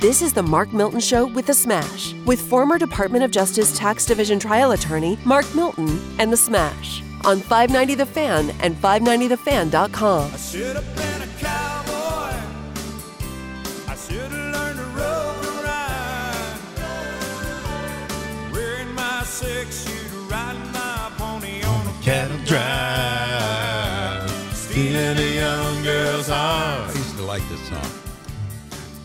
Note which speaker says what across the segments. Speaker 1: This is the Mark Milton Show with The Smash, with former Department of Justice Tax Division trial attorney Mark Milton and The Smash on 590 The Fan and 590TheFan.com.
Speaker 2: Should have been a cowboy. I should have learned to rope and ride. Wearing my six shooter, riding my pony on a cattle drive. Stealing a young girl's
Speaker 3: I
Speaker 2: heart,
Speaker 3: used to like this song.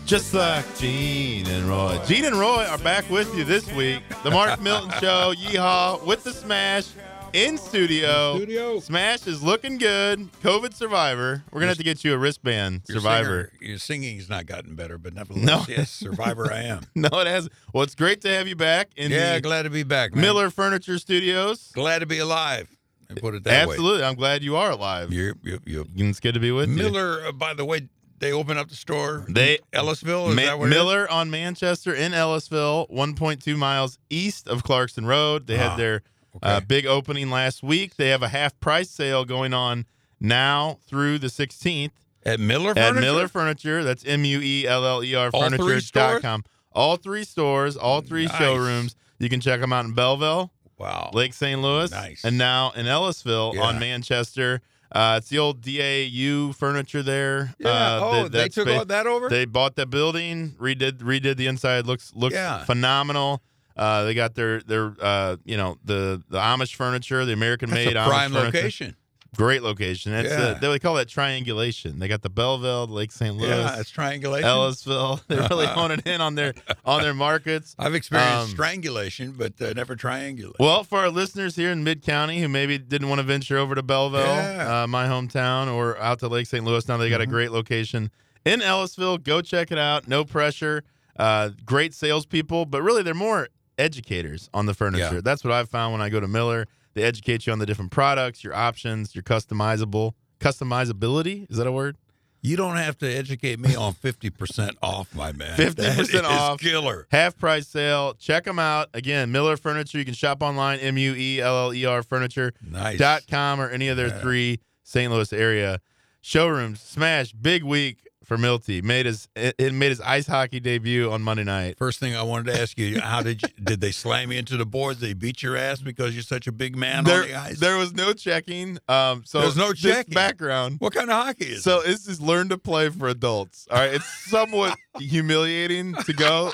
Speaker 2: just like Gene and Roy. Gene and Roy are back with you this week. The Mark Milton Show, yeehaw, with the Smash. In studio.
Speaker 3: In studio.
Speaker 2: Smash is looking good. COVID survivor. We're going to have to get you a wristband.
Speaker 3: Your
Speaker 2: survivor.
Speaker 3: singer- your singing's not gotten better, but nevertheless,
Speaker 2: No.
Speaker 3: yes, Survivor I am.
Speaker 2: No, it has. Well, it's great to have you back in
Speaker 3: yeah,
Speaker 2: the
Speaker 3: glad to be back, man.
Speaker 2: Miller Furniture Studios.
Speaker 3: Glad to be alive. And put it that way.
Speaker 2: Absolutely. I'm glad you are alive.
Speaker 3: You're, you you
Speaker 2: It's good to be with you.
Speaker 3: Miller, uh, by the way, they open up the store.
Speaker 2: They-
Speaker 3: in Ellisville. Oh, Is
Speaker 2: Ma-
Speaker 3: that where it is?
Speaker 2: Miller on Manchester in Ellisville, 1.2 miles east of Clarkson Road. They
Speaker 3: Ah,
Speaker 2: had their uh,
Speaker 3: okay.
Speaker 2: big opening last week. They have a half price sale going on now through the 16th
Speaker 3: at Miller.
Speaker 2: at
Speaker 3: Furniture?
Speaker 2: Miller Furniture. That's M U E L L E R
Speaker 3: All three
Speaker 2: Furniture.com. All three stores, all three
Speaker 3: Nice.
Speaker 2: showrooms. You can check them out in Belleville.
Speaker 3: Wow.
Speaker 2: Lake St. Louis,
Speaker 3: Nice.
Speaker 2: and now in Ellisville
Speaker 3: Yeah.
Speaker 2: on Manchester. Uh, it's the old DAU furniture there.
Speaker 3: Yeah.
Speaker 2: Uh,
Speaker 3: oh,
Speaker 2: that-
Speaker 3: they
Speaker 2: that
Speaker 3: took
Speaker 2: space-
Speaker 3: all that over.
Speaker 2: They bought that building, redid redid the inside. looks looks
Speaker 3: Yeah.
Speaker 2: phenomenal. Uh, they got their their uh, you know the the Amish furniture, the American
Speaker 3: That's a
Speaker 2: made Amish
Speaker 3: prime
Speaker 2: furniture.
Speaker 3: location.
Speaker 2: Great location. That's
Speaker 3: Yeah.
Speaker 2: the, they would call that triangulation. They got the Belleville, Lake St. Louis,
Speaker 3: Yeah, it's triangulation.
Speaker 2: Ellisville. They really honing in on their on their markets.
Speaker 3: I've experienced
Speaker 2: Um,
Speaker 3: strangulation, but uh, never triangulation.
Speaker 2: Well, for our listeners here in Mid County who maybe didn't want to venture over to Belleville,
Speaker 3: Yeah. Mm-hmm.
Speaker 2: uh, my hometown, or out to Lake St. Louis, now they got a great location in Ellisville. Go check it out. No pressure. Uh, great salespeople, but really they're more educators on the furniture.
Speaker 3: Yeah.
Speaker 2: That's what I've found when I go to Miller. They educate you on the different products, your options, your customizable customizability. Is that a word?
Speaker 3: You don't have to educate me on fifty percent off, my man.
Speaker 2: 50%
Speaker 3: That is
Speaker 2: off.
Speaker 3: killer.
Speaker 2: Half price sale. Check them out again. Miller Furniture. You can shop online. M U E L L E R Furniture.
Speaker 3: Nice.
Speaker 2: dot com or any of their
Speaker 3: Yeah.
Speaker 2: three St. Louis area showrooms. Smash big week for Milty. Made his it it made his ice hockey debut on Monday night.
Speaker 3: First thing I wanted to ask you: How did you, did they slam you into the boards? They beat your ass because you're such a big man on the
Speaker 2: There,
Speaker 3: ice.
Speaker 2: there was no checking. Um, so
Speaker 3: There's no
Speaker 2: just
Speaker 3: checking.
Speaker 2: background.
Speaker 3: What kind of hockey is
Speaker 2: So this is learn to play for adults. All right, it's somewhat humiliating to go.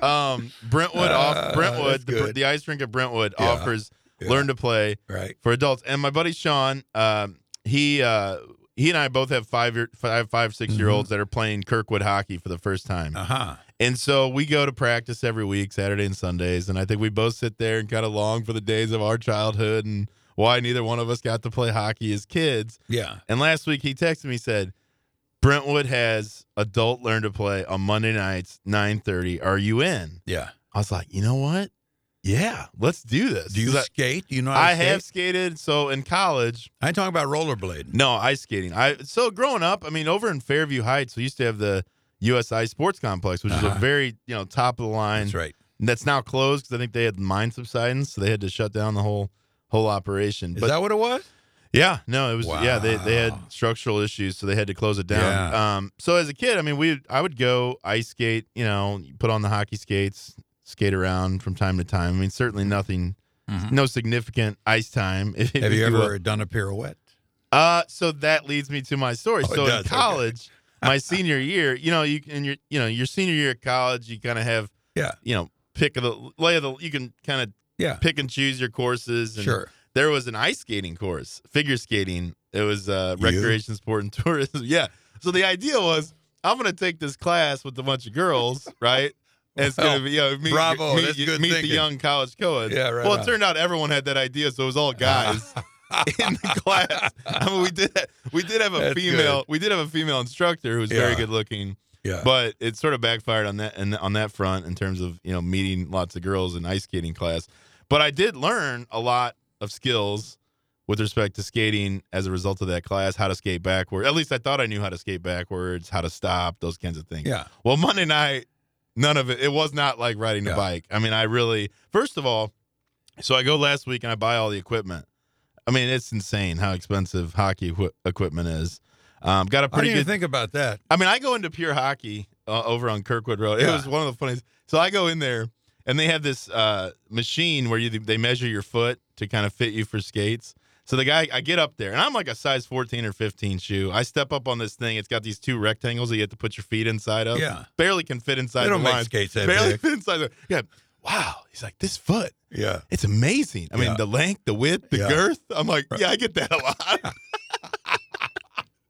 Speaker 2: Um, Brentwood
Speaker 3: Uh,
Speaker 2: off
Speaker 3: that's
Speaker 2: Brentwood, the,
Speaker 3: good.
Speaker 2: the ice rink at Brentwood
Speaker 3: Yeah.
Speaker 2: offers
Speaker 3: Yeah.
Speaker 2: learn to play.
Speaker 3: it? Right.
Speaker 2: for adults. And my buddy Sean, um, he uh, he and I both have five year five five six year
Speaker 3: Mm-hmm.
Speaker 2: olds that are playing Kirkwood hockey for the first time.
Speaker 3: Uh huh.
Speaker 2: And so we go to practice every week, Saturday and Sundays. And I think we both sit there and kind of long for the days of our childhood and why neither one of us got to play hockey as kids.
Speaker 3: Yeah.
Speaker 2: And last week he texted me said. Brentwood has adult learn to play on Monday nights, 9:30. Are you in?
Speaker 3: Yeah.
Speaker 2: I was like, you know what? Yeah, let's do this.
Speaker 3: Do you
Speaker 2: 'Cause I-
Speaker 3: skate? Do you know? How to
Speaker 2: I
Speaker 3: skate?
Speaker 2: have skated. So in college,
Speaker 3: I ain't talking about rollerblading.
Speaker 2: no, ice skating. I so growing up, I mean, over in Fairview Heights, we used to have the USI Sports Complex, which is
Speaker 3: Uh-huh.
Speaker 2: a very you know top of the line.
Speaker 3: That's right.
Speaker 2: That's now closed because I think they had mine subsidence, so they had to shut down the whole whole operation.
Speaker 3: Is
Speaker 2: but
Speaker 3: that what it was?
Speaker 2: yeah, no, it was yeah they they had
Speaker 3: Wow.
Speaker 2: structural issues, so they had to close it down.
Speaker 3: Yeah.
Speaker 2: Um, so as a kid, I mean, we I would go ice skate, you know, put on the hockey skates, skate around from time to time. I mean, certainly nothing.
Speaker 3: Mhm.
Speaker 2: No significant ice time. if-
Speaker 3: Have
Speaker 2: if
Speaker 3: you
Speaker 2: will.
Speaker 3: ever done a pirouette?
Speaker 2: Uh, so that leads me to my story.
Speaker 3: Oh, it
Speaker 2: so
Speaker 3: does,
Speaker 2: in
Speaker 3: okay.
Speaker 2: college, my senior year, you know, you in your you know your senior year at college, you kind of have
Speaker 3: Yeah.
Speaker 2: you know, pick of the lay of the you can kind of
Speaker 3: Yeah.
Speaker 2: pick and choose your courses. And
Speaker 3: Sure.
Speaker 2: There was an ice skating course, figure skating. It was uh,
Speaker 3: You?
Speaker 2: recreation, sport, and tourism. yeah. So the idea was, I'm gonna take this class with a bunch of girls, right? And it's
Speaker 3: Well,
Speaker 2: gonna be you know, meet,
Speaker 3: Oh, bravo,
Speaker 2: meet,
Speaker 3: that's good
Speaker 2: meet the
Speaker 3: thinking.
Speaker 2: young college co-eds.
Speaker 3: Yeah, right
Speaker 2: Well,
Speaker 3: on.
Speaker 2: it turned out everyone had that idea, so it was all guys in the class. I mean, we did we did have a
Speaker 3: That's
Speaker 2: female we did have a female instructor who was very
Speaker 3: Yeah.
Speaker 2: good looking,
Speaker 3: Yeah.
Speaker 2: but it sort of backfired on that and on that front in terms of you know meeting lots of girls in ice skating class. But I did learn a lot of skills with respect to skating as a result of that class, how to skate backward. At least I thought I knew how to skate backwards, how to stop, those kinds of things.
Speaker 3: yeah.
Speaker 2: Well, Monday night, none of it. It was not like riding
Speaker 3: Yeah.
Speaker 2: a bike. I mean, I really, first of all, so I go last week and I buy all the equipment. I mean, it's insane how expensive hockey equi- equipment is. Um, got a
Speaker 3: I didn't
Speaker 2: pretty
Speaker 3: even
Speaker 2: good.
Speaker 3: think about that.
Speaker 2: I mean, I go into pure hockey uh, over on Kirkwood Road. It
Speaker 3: Yeah.
Speaker 2: was one of the funniest. So I go in there and they have this uh, machine where you they measure your foot to kind of fit you for skates. So the guy, I get up there and I'm like a size 14 or 15 shoe. I step up on this thing. It's got these two rectangles that you have to put your feet inside of.
Speaker 3: Yeah.
Speaker 2: Barely can fit inside
Speaker 3: They don't
Speaker 2: the
Speaker 3: make
Speaker 2: lines.
Speaker 3: skates that
Speaker 2: Barely
Speaker 3: big.
Speaker 2: fit inside the. Yeah. Wow. He's like, this foot,
Speaker 3: Yeah.
Speaker 2: it's amazing. I
Speaker 3: Yeah.
Speaker 2: mean, the length, the width, the
Speaker 3: Yeah.
Speaker 2: girth. I'm like, yeah, I get that a lot.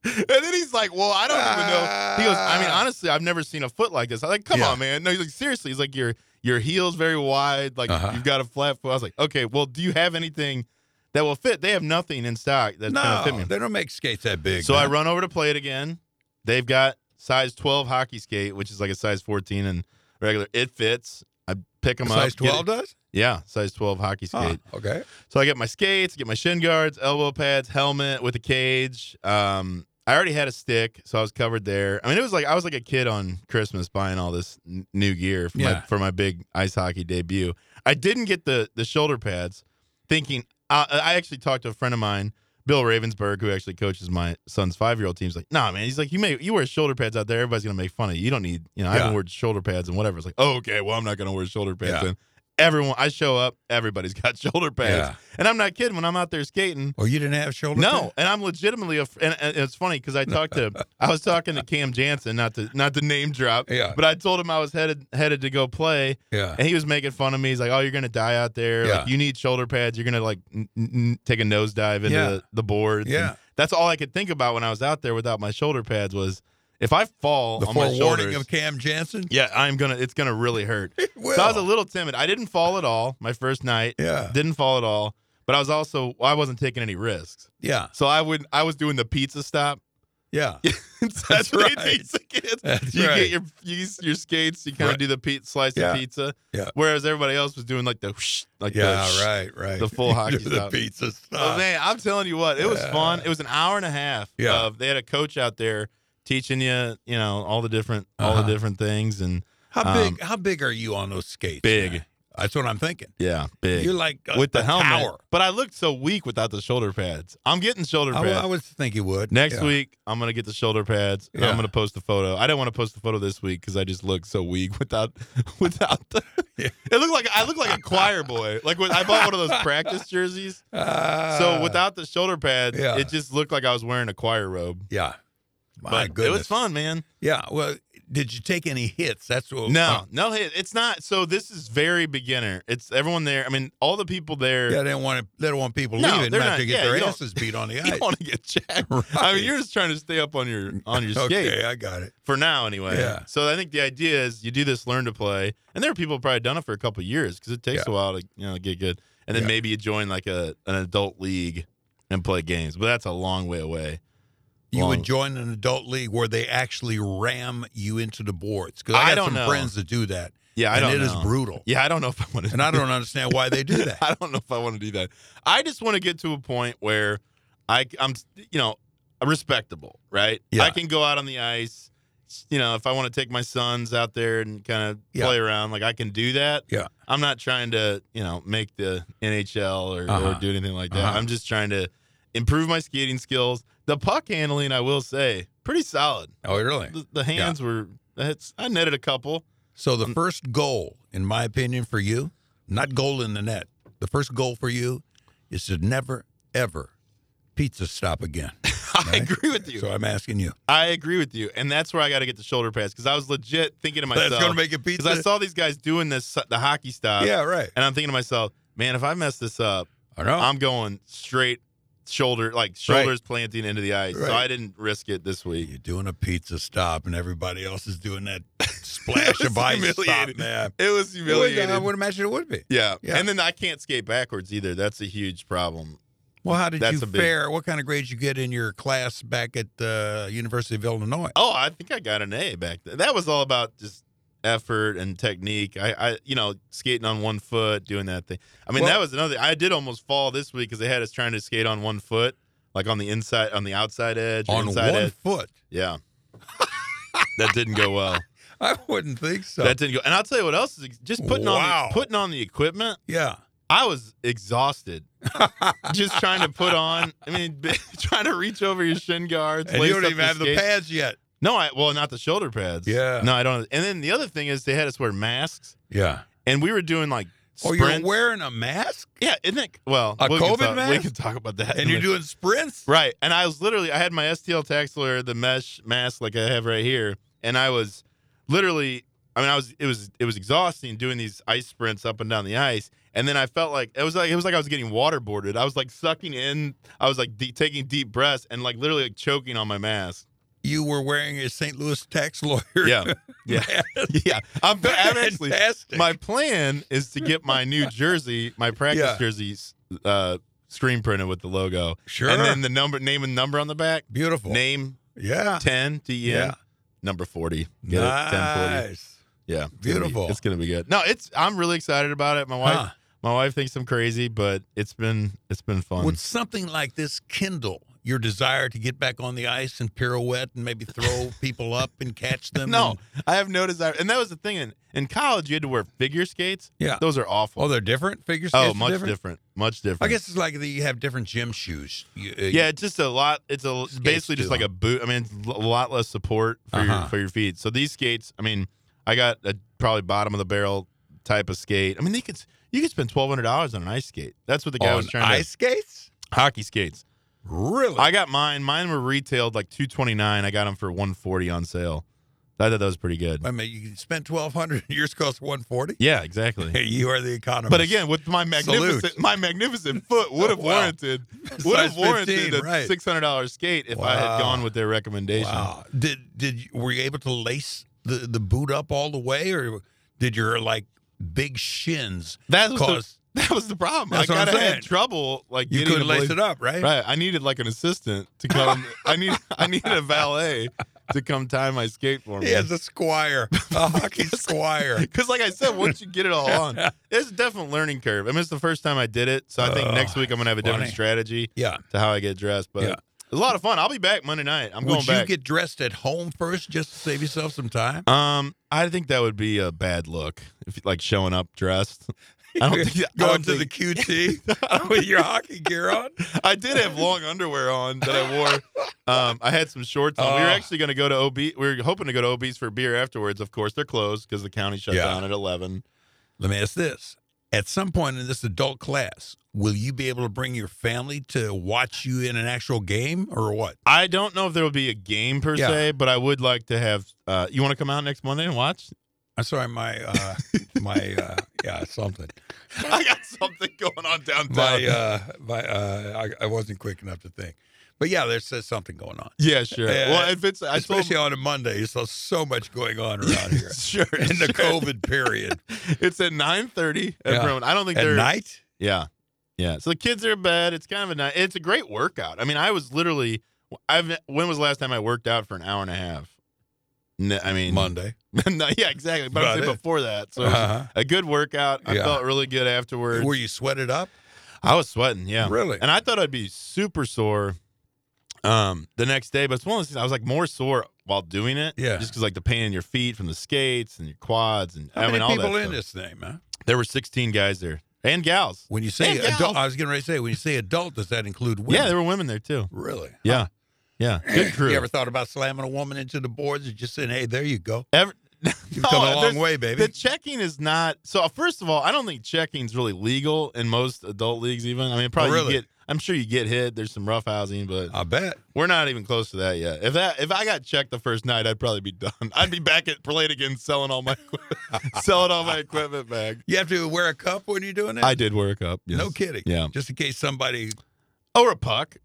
Speaker 2: and then he's like, well, I don't even know. He goes, I mean, honestly, I've never seen a foot like this. I'm like, come
Speaker 3: Yeah.
Speaker 2: on, man. No, he's like, seriously. He's like, your your heel's very wide. Like,
Speaker 3: Uh-huh.
Speaker 2: you've got a flat foot. I was like, okay, well, do you have anything that will fit? They have nothing in stock that's
Speaker 3: No,
Speaker 2: going to fit me.
Speaker 3: they don't make skates that big.
Speaker 2: So I
Speaker 3: man.
Speaker 2: run over to play it again. They've got size 12 hockey skate, which is like a size 14 and regular. It fits. I pick them up.
Speaker 3: size
Speaker 2: get it-
Speaker 3: twelve does.
Speaker 2: yeah, size 12 hockey skate.
Speaker 3: Huh, okay.
Speaker 2: So I get my skates, get my shin guards, elbow pads, helmet with a cage. Um, I already had a stick, so I was covered there. I mean, it was like I was like a kid on Christmas buying all this n- new gear for, my,
Speaker 3: Yeah.
Speaker 2: for my big ice hockey debut. I didn't get the the shoulder pads, thinking I I actually talked to a friend of mine, Bill Ravensburg, who actually coaches my son's five year old team. He's like, Nah, man. He's like, you may you wear shoulder pads out there, everybody's gonna make fun of you. You don't need, you know, I
Speaker 3: Yeah.
Speaker 2: haven't worn shoulder pads and whatever. It's like, oh, okay, well, I'm not gonna wear shoulder pads.
Speaker 3: Yeah.
Speaker 2: Then everyone, I show up, everybody's got shoulder pads.
Speaker 3: Yeah.
Speaker 2: And I'm not kidding. When I'm out there skating,
Speaker 3: Or Oh, you didn't have shoulder?
Speaker 2: no, and I'm legitimately. A, and, and it's funny because I talked to, I was talking to Cam Jansen, not to, not to name drop.
Speaker 3: Yeah.
Speaker 2: But I told him I was headed headed to go play,
Speaker 3: Yeah.
Speaker 2: and he was making fun of me. He's like, "Oh, you're gonna die out there.
Speaker 3: Yeah.
Speaker 2: Like, you need shoulder pads. You're gonna like n- n- take a nosedive into
Speaker 3: Yeah.
Speaker 2: the, the boards." And
Speaker 3: Yeah.
Speaker 2: That's all I could think about when I was out there without my shoulder pads was if I fall
Speaker 3: The
Speaker 2: on my
Speaker 3: forewarning
Speaker 2: shoulders-
Speaker 3: of Cam Jansen.
Speaker 2: yeah, I'm gonna. It's gonna really hurt.
Speaker 3: Well,
Speaker 2: So I was a little timid. I didn't fall at all my first night.
Speaker 3: Yeah.
Speaker 2: Didn't fall at all. But I was also I wasn't taking any risks.
Speaker 3: yeah.
Speaker 2: So I would I was doing the pizza stop.
Speaker 3: Yeah.
Speaker 2: That's,
Speaker 3: right.
Speaker 2: Pizza kids.
Speaker 3: That's
Speaker 2: you
Speaker 3: right.
Speaker 2: get your you, your skates. You kind
Speaker 3: Right.
Speaker 2: of do the pe- slice
Speaker 3: Yeah.
Speaker 2: of pizza.
Speaker 3: Yeah.
Speaker 2: Whereas everybody else was doing like the whoosh, like
Speaker 3: yeah.
Speaker 2: the whoosh.
Speaker 3: right. Right.
Speaker 2: the full
Speaker 3: You
Speaker 2: hockey
Speaker 3: do
Speaker 2: stuff.
Speaker 3: The pizza stuff.
Speaker 2: Oh man, I'm telling you what, it was
Speaker 3: Yeah.
Speaker 2: fun. It was an hour and a half.
Speaker 3: Yeah.
Speaker 2: Of, they had a coach out there teaching you, you know, all the different all
Speaker 3: Uh-huh.
Speaker 2: the different things and
Speaker 3: How
Speaker 2: Um,
Speaker 3: big? how big are you on those skates?
Speaker 2: Big.
Speaker 3: man? That's what I'm thinking.
Speaker 2: yeah, big.
Speaker 3: You're like a,
Speaker 2: with the
Speaker 3: a
Speaker 2: helmet.
Speaker 3: tower.
Speaker 2: But I looked so weak without the shoulder pads. I'm getting shoulder
Speaker 3: I,
Speaker 2: pads.
Speaker 3: w- I would think you would.
Speaker 2: Next
Speaker 3: Yeah.
Speaker 2: week, I'm gonna get the shoulder pads. and
Speaker 3: Yeah.
Speaker 2: I'm gonna post the photo. I didn't want to post the photo this week because I just look so weak without without the.
Speaker 3: Yeah.
Speaker 2: It looked like I look like a choir boy. Like when I bought one of those practice jerseys,
Speaker 3: Ah,
Speaker 2: so without the shoulder pads,
Speaker 3: yeah.
Speaker 2: it just looked like I was wearing a choir robe.
Speaker 3: Yeah. My
Speaker 2: But
Speaker 3: goodness.
Speaker 2: it was fun, man.
Speaker 3: Yeah. Well, did you take any hits? That's what.
Speaker 2: No, no hit. It's not. So this is very beginner. It's everyone there. I mean, all the people there.
Speaker 3: Yeah, they don't want to, they don't want people
Speaker 2: No,
Speaker 3: leaving
Speaker 2: they're
Speaker 3: not,
Speaker 2: not-
Speaker 3: to get
Speaker 2: yeah, you
Speaker 3: their
Speaker 2: don't-
Speaker 3: asses beat on the
Speaker 2: You
Speaker 3: ice.
Speaker 2: don't want to get jacked. I
Speaker 3: Right.
Speaker 2: mean, you're just trying to stay up on your on your skate.
Speaker 3: Okay, I got it.
Speaker 2: for now anyway.
Speaker 3: Yeah.
Speaker 2: So I think the idea is you do this learn to play, and there are people who've probably done it for a couple of years because it takes
Speaker 3: Yeah.
Speaker 2: a while to you know get good, and then
Speaker 3: Yeah.
Speaker 2: maybe you join like a an adult league and play games, but that's a long way away.
Speaker 3: You
Speaker 2: Long-
Speaker 3: would join an adult league where they actually ram you into the boards. Because
Speaker 2: I
Speaker 3: I, got
Speaker 2: don't
Speaker 3: some
Speaker 2: know.
Speaker 3: friends that do that.
Speaker 2: Yeah, I
Speaker 3: and
Speaker 2: don't.
Speaker 3: it is
Speaker 2: know.
Speaker 3: brutal.
Speaker 2: Yeah, I don't know if I want to.
Speaker 3: And I don't understand why they do that.
Speaker 2: I don't know if I want to do that. I just want to get to a point where I I'm you know respectable, right?
Speaker 3: Yeah.
Speaker 2: I can go out on the ice. You know, if I want to take my sons out there and kind of
Speaker 3: Yeah.
Speaker 2: play around, like I can do that.
Speaker 3: Yeah.
Speaker 2: I'm not trying to, you know, make the NHL or,
Speaker 3: Uh-huh.
Speaker 2: or do anything like that.
Speaker 3: Uh-huh.
Speaker 2: I'm just trying to improve my skating skills. The puck handling, I will say, pretty solid.
Speaker 3: Oh, really?
Speaker 2: The, the hands were, it's, I netted a couple.
Speaker 3: So the first goal, in my opinion, for you, not goal in the net. The first goal for you is to never ever pizza stop again.
Speaker 2: I
Speaker 3: Right.
Speaker 2: agree with you.
Speaker 3: So I'm asking you.
Speaker 2: I agree with you, and that's where I got to get the shoulder pads because I was legit thinking to myself,
Speaker 3: gonna make it
Speaker 2: because I saw these guys doing this uh, the hockey style,
Speaker 3: yeah, right.
Speaker 2: and I'm thinking to myself, man, if I mess this up,
Speaker 3: I know.
Speaker 2: I'm going straight shoulder, like shoulders planting into the ice. So
Speaker 3: Right.
Speaker 2: I didn't risk it this week.
Speaker 3: You're doing a pizza stop, and everybody else is doing that splash
Speaker 2: It was
Speaker 3: of ice stop,
Speaker 2: humiliating.
Speaker 3: man.
Speaker 2: It was uh, humiliating.
Speaker 3: I would imagine it would be.
Speaker 2: yeah.
Speaker 3: Yeah.
Speaker 2: and then I can't skate backwards either. That's a huge problem.
Speaker 3: Well, how did
Speaker 2: That's
Speaker 3: you
Speaker 2: a big-
Speaker 3: fare? What kind of grades you get in your class back at the University of Illinois?
Speaker 2: Oh, I think I got an A back then. That was all about just effort and technique. I, I you know, skating on one foot, doing that thing. I mean,
Speaker 3: Well-
Speaker 2: that was another. I did almost fall this week because they had us trying to skate on one foot, like on the inside, on the outside edge, or
Speaker 3: On one
Speaker 2: inside edge.
Speaker 3: foot?
Speaker 2: Yeah, that didn't go well.
Speaker 3: I wouldn't think so.
Speaker 2: That didn't go. And I'll tell you what else is ex- just putting on
Speaker 3: Wow.
Speaker 2: the, putting on the equipment.
Speaker 3: yeah.
Speaker 2: I was exhausted. just trying to put on, I mean, trying to reach over your shin guards.
Speaker 3: And
Speaker 2: lace
Speaker 3: you don't
Speaker 2: up
Speaker 3: even
Speaker 2: your
Speaker 3: have the
Speaker 2: skates.
Speaker 3: pads yet.
Speaker 2: No, I well, not the shoulder pads.
Speaker 3: Yeah.
Speaker 2: No, I don't. And then the other thing is they had us wear masks,
Speaker 3: Yeah.
Speaker 2: and we were doing like.
Speaker 3: Oh,
Speaker 2: Sprints.
Speaker 3: you're wearing a mask
Speaker 2: Yeah, isn't it? Well,
Speaker 3: A
Speaker 2: we can
Speaker 3: COVID
Speaker 2: talk- We
Speaker 3: mask?
Speaker 2: can talk about that. in
Speaker 3: and
Speaker 2: a
Speaker 3: you're
Speaker 2: minute.
Speaker 3: doing sprints.
Speaker 2: Right. And I was literally, I had my STL tax lawyer, the mesh mask like I have right here. And I was literally, I mean, I was, it was, it was exhausting doing these ice sprints up and down the ice. And then I felt like, it was like, it was like I was getting waterboarded. I was like sucking in, I was like de- taking deep breaths and like literally like choking on my mask.
Speaker 3: You were wearing a St. Louis tax lawyer.
Speaker 2: Yeah. Yeah. yeah. I'm, I'm actually,
Speaker 3: Fantastic.
Speaker 2: my plan is to get my new jersey, my practice
Speaker 3: Yeah.
Speaker 2: jerseys, uh, screen printed with the logo.
Speaker 3: Sure.
Speaker 2: And then the number, name and number on the back.
Speaker 3: Beautiful.
Speaker 2: Name
Speaker 3: Yeah.
Speaker 2: 10 DEN.
Speaker 3: Yeah.
Speaker 2: Number 40. Get it? 1040.
Speaker 3: nice.
Speaker 2: Yeah. It's gonna be-
Speaker 3: Beautiful.
Speaker 2: It's going to be good. No, it's I'm really excited about it. My wife
Speaker 3: Huh.
Speaker 2: my wife thinks I'm crazy, but it's been it's been fun.
Speaker 3: Would something like this kindle your desire to get back on the ice and pirouette and maybe throw people up and catch them?
Speaker 2: no,
Speaker 3: and-
Speaker 2: I have no desire. And that was the thing in, in college you had to wear figure skates.
Speaker 3: Yeah.
Speaker 2: Those are awful.
Speaker 3: oh, they're different figure skates.
Speaker 2: oh,
Speaker 3: are
Speaker 2: much different?
Speaker 3: different?
Speaker 2: Much different.
Speaker 3: I guess it's like the, you have different gym shoes. You, uh,
Speaker 2: yeah, it's just a lot. It's a
Speaker 3: Skates
Speaker 2: basically
Speaker 3: too,
Speaker 2: just like
Speaker 3: huh?
Speaker 2: a boot. I mean, it's a lot less support for
Speaker 3: Uh-huh.
Speaker 2: your for your feet. So these skates, I mean, I got a probably bottom of the barrel type of skate. I mean, they could s- you could spend twelve hundred dollars on an ice skate. That's what the guy
Speaker 3: on
Speaker 2: was trying
Speaker 3: ice skates.
Speaker 2: to hockey skates.
Speaker 3: Really?
Speaker 2: I got mine. Mine were retailed like two twenty nine. I got them for one forty on sale. I thought that was pretty good.
Speaker 3: I mean, you spend twelve hundred. Yours cost one forty.
Speaker 2: Yeah, exactly.
Speaker 3: You are the economist.
Speaker 2: But again, with my
Speaker 3: Salute.
Speaker 2: magnificent my magnificent foot would have
Speaker 3: Oh, wow.
Speaker 2: warranted would have
Speaker 3: Size
Speaker 2: warranted
Speaker 3: 15,
Speaker 2: a
Speaker 3: right.
Speaker 2: six hundred dollars skate if I
Speaker 3: Wow.
Speaker 2: had gone with their recommendation.
Speaker 3: wow. Did did you- were you able to lace the the boot up all the way, or did your like big shins?
Speaker 2: That was
Speaker 3: cause
Speaker 2: the, that was the problem.
Speaker 3: That's
Speaker 2: I
Speaker 3: what I'm
Speaker 2: got I
Speaker 3: saying.
Speaker 2: had trouble like
Speaker 3: you
Speaker 2: getting
Speaker 3: couldn't lace
Speaker 2: place-
Speaker 3: it up, right?
Speaker 2: Right, I needed like an assistant to come. I need I needed a valet to come tie my skate for me.
Speaker 3: He has a squire, a hockey squire.
Speaker 2: Because, like I said, once you get it all on, it's a definite learning curve. I mean, it's the first time I did it, so I think
Speaker 3: Oh,
Speaker 2: next week I'm gonna have a
Speaker 3: funny.
Speaker 2: different strategy
Speaker 3: Yeah.
Speaker 2: to how I get dressed. But
Speaker 3: Yeah.
Speaker 2: it's a lot of fun. I'll be back Monday night. I'm
Speaker 3: Would
Speaker 2: going
Speaker 3: you
Speaker 2: back.
Speaker 3: get dressed at home first just to save yourself some time?
Speaker 2: um, I think that would be a bad look if like showing up dressed. I don't think I
Speaker 3: going
Speaker 2: don't
Speaker 3: to
Speaker 2: think,
Speaker 3: the QT with your hockey gear on.
Speaker 2: I did have long underwear on that I wore. Um, I had some shorts on. we were
Speaker 3: Oh.
Speaker 2: actually going to go to OB. We were hoping to go to OB's for beer afterwards. Of course, they're closed because the county shut
Speaker 3: Yeah.
Speaker 2: down at eleven.
Speaker 3: Let me ask this: At some point in this adult class, will you be able to bring your family to watch you in an actual game, or what?
Speaker 2: I don't know if there will be a game per
Speaker 3: Yeah.
Speaker 2: se, but I would like to have. Uh, you want to come out next Monday and watch?
Speaker 3: I'm sorry, my uh, my uh, yeah something.
Speaker 2: I got something going on downtown.
Speaker 3: My uh, my uh, I, I wasn't quick enough to think, but yeah, there's, there's something going on.
Speaker 2: yeah, sure.
Speaker 3: Yeah.
Speaker 2: well, if it's, I told
Speaker 3: Especially on a Monday, so so much going on around here
Speaker 2: sure
Speaker 3: in the
Speaker 2: sure.
Speaker 3: COVID period
Speaker 2: It's at nine thirty.
Speaker 3: Yeah.
Speaker 2: Everyone, I don't think
Speaker 3: at
Speaker 2: they're
Speaker 3: night.
Speaker 2: Yeah. Yeah. So the kids are in bed. It's kind of a nice, it's a great workout. I mean, I was literally, I've, when was the last time I worked out for an hour and a half? No, I mean,
Speaker 3: Monday.
Speaker 2: no, yeah, exactly. But
Speaker 3: About
Speaker 2: I'm
Speaker 3: it.
Speaker 2: saying before that. So it was
Speaker 3: Uh-huh.
Speaker 2: a good workout. I
Speaker 3: Yeah.
Speaker 2: felt really good afterwards.
Speaker 3: Were you sweated up?
Speaker 2: I was sweating. Yeah.
Speaker 3: Really?
Speaker 2: And I thought I'd be super sore um the next day, but it's one of those things I was like more sore while doing it.
Speaker 3: Yeah.
Speaker 2: Just because like the pain in your feet from the skates and your quads and
Speaker 3: How
Speaker 2: I
Speaker 3: many
Speaker 2: mean all
Speaker 3: people
Speaker 2: that.
Speaker 3: in
Speaker 2: stuff.
Speaker 3: this thing, man?
Speaker 2: There were 16 guys there and gals.
Speaker 3: When you say
Speaker 2: And
Speaker 3: adult,
Speaker 2: gals.
Speaker 3: I was getting ready to say when you say adult, does that include women?
Speaker 2: Yeah, there were women there too.
Speaker 3: really. Uh,
Speaker 2: Yeah. Yeah. Good crew.
Speaker 3: You ever thought about slamming a woman into the boards and just saying, "Hey, there you go.
Speaker 2: Ever-
Speaker 3: You've
Speaker 2: No,
Speaker 3: come a long
Speaker 2: there's-
Speaker 3: way, baby."
Speaker 2: The checking is not so. uh, First of all, I don't think checking's really legal in most adult leagues. Even I mean, probably
Speaker 3: really? Uh,
Speaker 2: you get. I'm sure you get hit. There's some rough housing, but
Speaker 3: I bet.
Speaker 2: we're not even close to that yet. If that if I got checked the first night, I'd probably be done. I'd be back at Parade again, selling all my equip- selling all my equipment back.
Speaker 3: You have to wear a cup when you're doing it.
Speaker 2: I did work up. yes.
Speaker 3: No kidding.
Speaker 2: Yeah.
Speaker 3: Just in case somebody.
Speaker 2: Or a puck.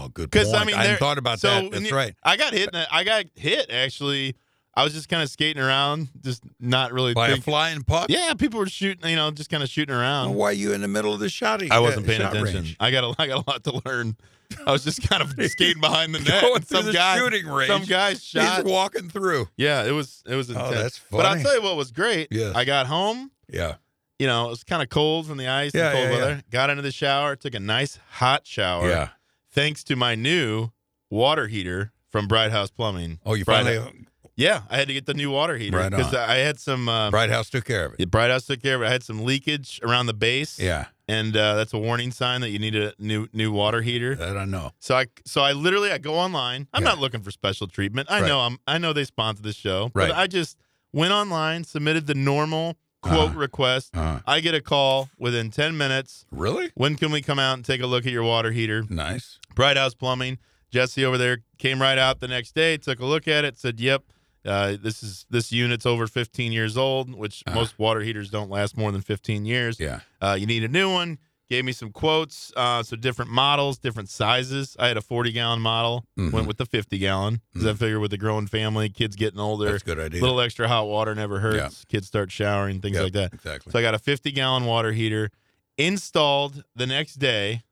Speaker 3: Oh, good point.
Speaker 2: Because I mean,
Speaker 3: I
Speaker 2: there-
Speaker 3: hadn't thought about
Speaker 2: so
Speaker 3: that.
Speaker 2: when
Speaker 3: That's
Speaker 2: you-
Speaker 3: right.
Speaker 2: I got hit. in a- I got hit actually. I was just kind of skating around, just not really.
Speaker 3: By a
Speaker 2: thinking.
Speaker 3: flying puck.
Speaker 2: yeah, people were shooting. You know, just kind of shooting
Speaker 3: Well,
Speaker 2: around.
Speaker 3: why are you in the middle of the shotting?
Speaker 2: I wasn't
Speaker 3: uh,
Speaker 2: paying
Speaker 3: shot
Speaker 2: attention.
Speaker 3: range?
Speaker 2: I got a, I got a lot to learn. I was just kind of skating behind the net.
Speaker 3: Going
Speaker 2: and
Speaker 3: through
Speaker 2: some
Speaker 3: the
Speaker 2: guy,
Speaker 3: shooting range.
Speaker 2: some guy shot.
Speaker 3: He's walking through.
Speaker 2: yeah, it was it was
Speaker 3: Oh,
Speaker 2: intense.
Speaker 3: that's
Speaker 2: But I'll
Speaker 3: funny.
Speaker 2: tell you what was great.
Speaker 3: Yes.
Speaker 2: I got home.
Speaker 3: Yeah.
Speaker 2: You know, it was kind of cold from the ice
Speaker 3: Yeah,
Speaker 2: and cold
Speaker 3: yeah,
Speaker 2: weather. Got into the shower. Took a nice hot shower.
Speaker 3: Yeah.
Speaker 2: Thanks to my new water heater from Bright House Plumbing.
Speaker 3: Oh, you
Speaker 2: Bright-
Speaker 3: finally.
Speaker 2: Yeah, I had to get the new water heater
Speaker 3: Right
Speaker 2: because
Speaker 3: on.
Speaker 2: I had some. Uh,
Speaker 3: Bright House took care of it.
Speaker 2: Bright House took care of it. I had some leakage around the base.
Speaker 3: Yeah.
Speaker 2: and uh, that's a warning sign that you need a new new water heater.
Speaker 3: That I know.
Speaker 2: So I so I literally I go online. I'm
Speaker 3: Yeah.
Speaker 2: not looking for special treatment. I
Speaker 3: Right.
Speaker 2: know I'm I know they sponsored the show.
Speaker 3: Right.
Speaker 2: But I just went online, submitted the normal quote
Speaker 3: Uh-huh.
Speaker 2: request.
Speaker 3: Uh,
Speaker 2: I get a call within 10 minutes.
Speaker 3: really?
Speaker 2: When can we come out and take a look at your water heater?
Speaker 3: Nice.
Speaker 2: Bright House Plumbing. Jesse over there came right out the next day, took a look at it, said, "Yep, uh, this is this unit's over 15 years old, which
Speaker 3: Uh-huh.
Speaker 2: most water heaters don't last more than 15 years.
Speaker 3: Yeah.
Speaker 2: Uh, you need a new one." Gave me some quotes, uh, so different models, different sizes. I had a 40 gallon model,
Speaker 3: Mhm.
Speaker 2: went with the 50 gallon because I figure with the growing family, kids getting older,
Speaker 3: Mm-hmm. That's a good idea.
Speaker 2: a little extra hot water never hurts. Kids start showering, things
Speaker 3: Yep,
Speaker 2: like that.
Speaker 3: Exactly.
Speaker 2: So I got a 50 gallon water heater installed the next day.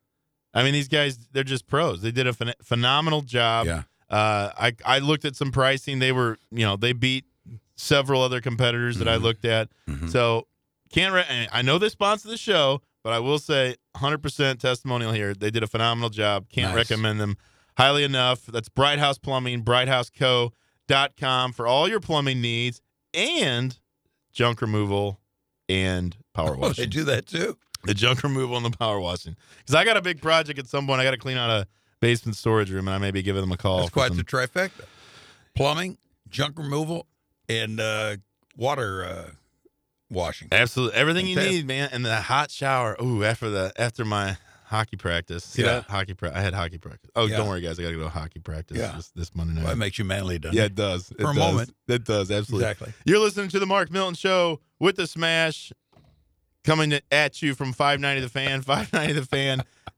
Speaker 2: I mean, these guys, they're just pros. They did a phen- phenomenal job.
Speaker 3: yeah.
Speaker 2: Uh, I, I looked at some pricing. They were, you know, they beat several other competitors that I
Speaker 3: Mhm.
Speaker 2: looked at.
Speaker 3: Mhm.
Speaker 2: So can't, re- and I know they sponsor the show, but I will say 100% testimonial here. They did a phenomenal job. Can't
Speaker 3: Nice.
Speaker 2: recommend them highly enough. That's Bright House Plumbing, brighthouseco.com for all your plumbing needs and junk removal and power
Speaker 3: Oh, they
Speaker 2: washing.
Speaker 3: do that too.
Speaker 2: the junk removal and the power washing. Because I got a big project at some point. I got to clean out a basement storage room and I may be giving them a call.
Speaker 3: That's
Speaker 2: for
Speaker 3: quite
Speaker 2: some-
Speaker 3: the trifecta: plumbing, junk removal, and uh, water uh, washing.
Speaker 2: Absolutely, everything you
Speaker 3: Fantastic.
Speaker 2: need, man. And the hot shower. Ooh, after the after my hockey practice. See
Speaker 3: Yeah.
Speaker 2: that hockey practice? I had hockey practice. Oh,
Speaker 3: Yeah.
Speaker 2: don't worry, guys. I got to go to hockey practice
Speaker 3: Yeah.
Speaker 2: this, this Monday
Speaker 3: Well,
Speaker 2: night.
Speaker 3: it makes you manly, doesn't
Speaker 2: yeah,
Speaker 3: it?
Speaker 2: it does. It
Speaker 3: For a
Speaker 2: does.
Speaker 3: moment.
Speaker 2: it does absolutely.
Speaker 3: Exactly.
Speaker 2: You're listening to the Mark Milton Show with the Smash coming at you from 590 The Fan,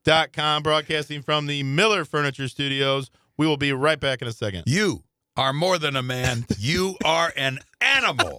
Speaker 2: 590TheFan.com, broadcasting from the Miller Furniture Studios. We will be right back in a second.
Speaker 3: You are more than a man. you are an animal.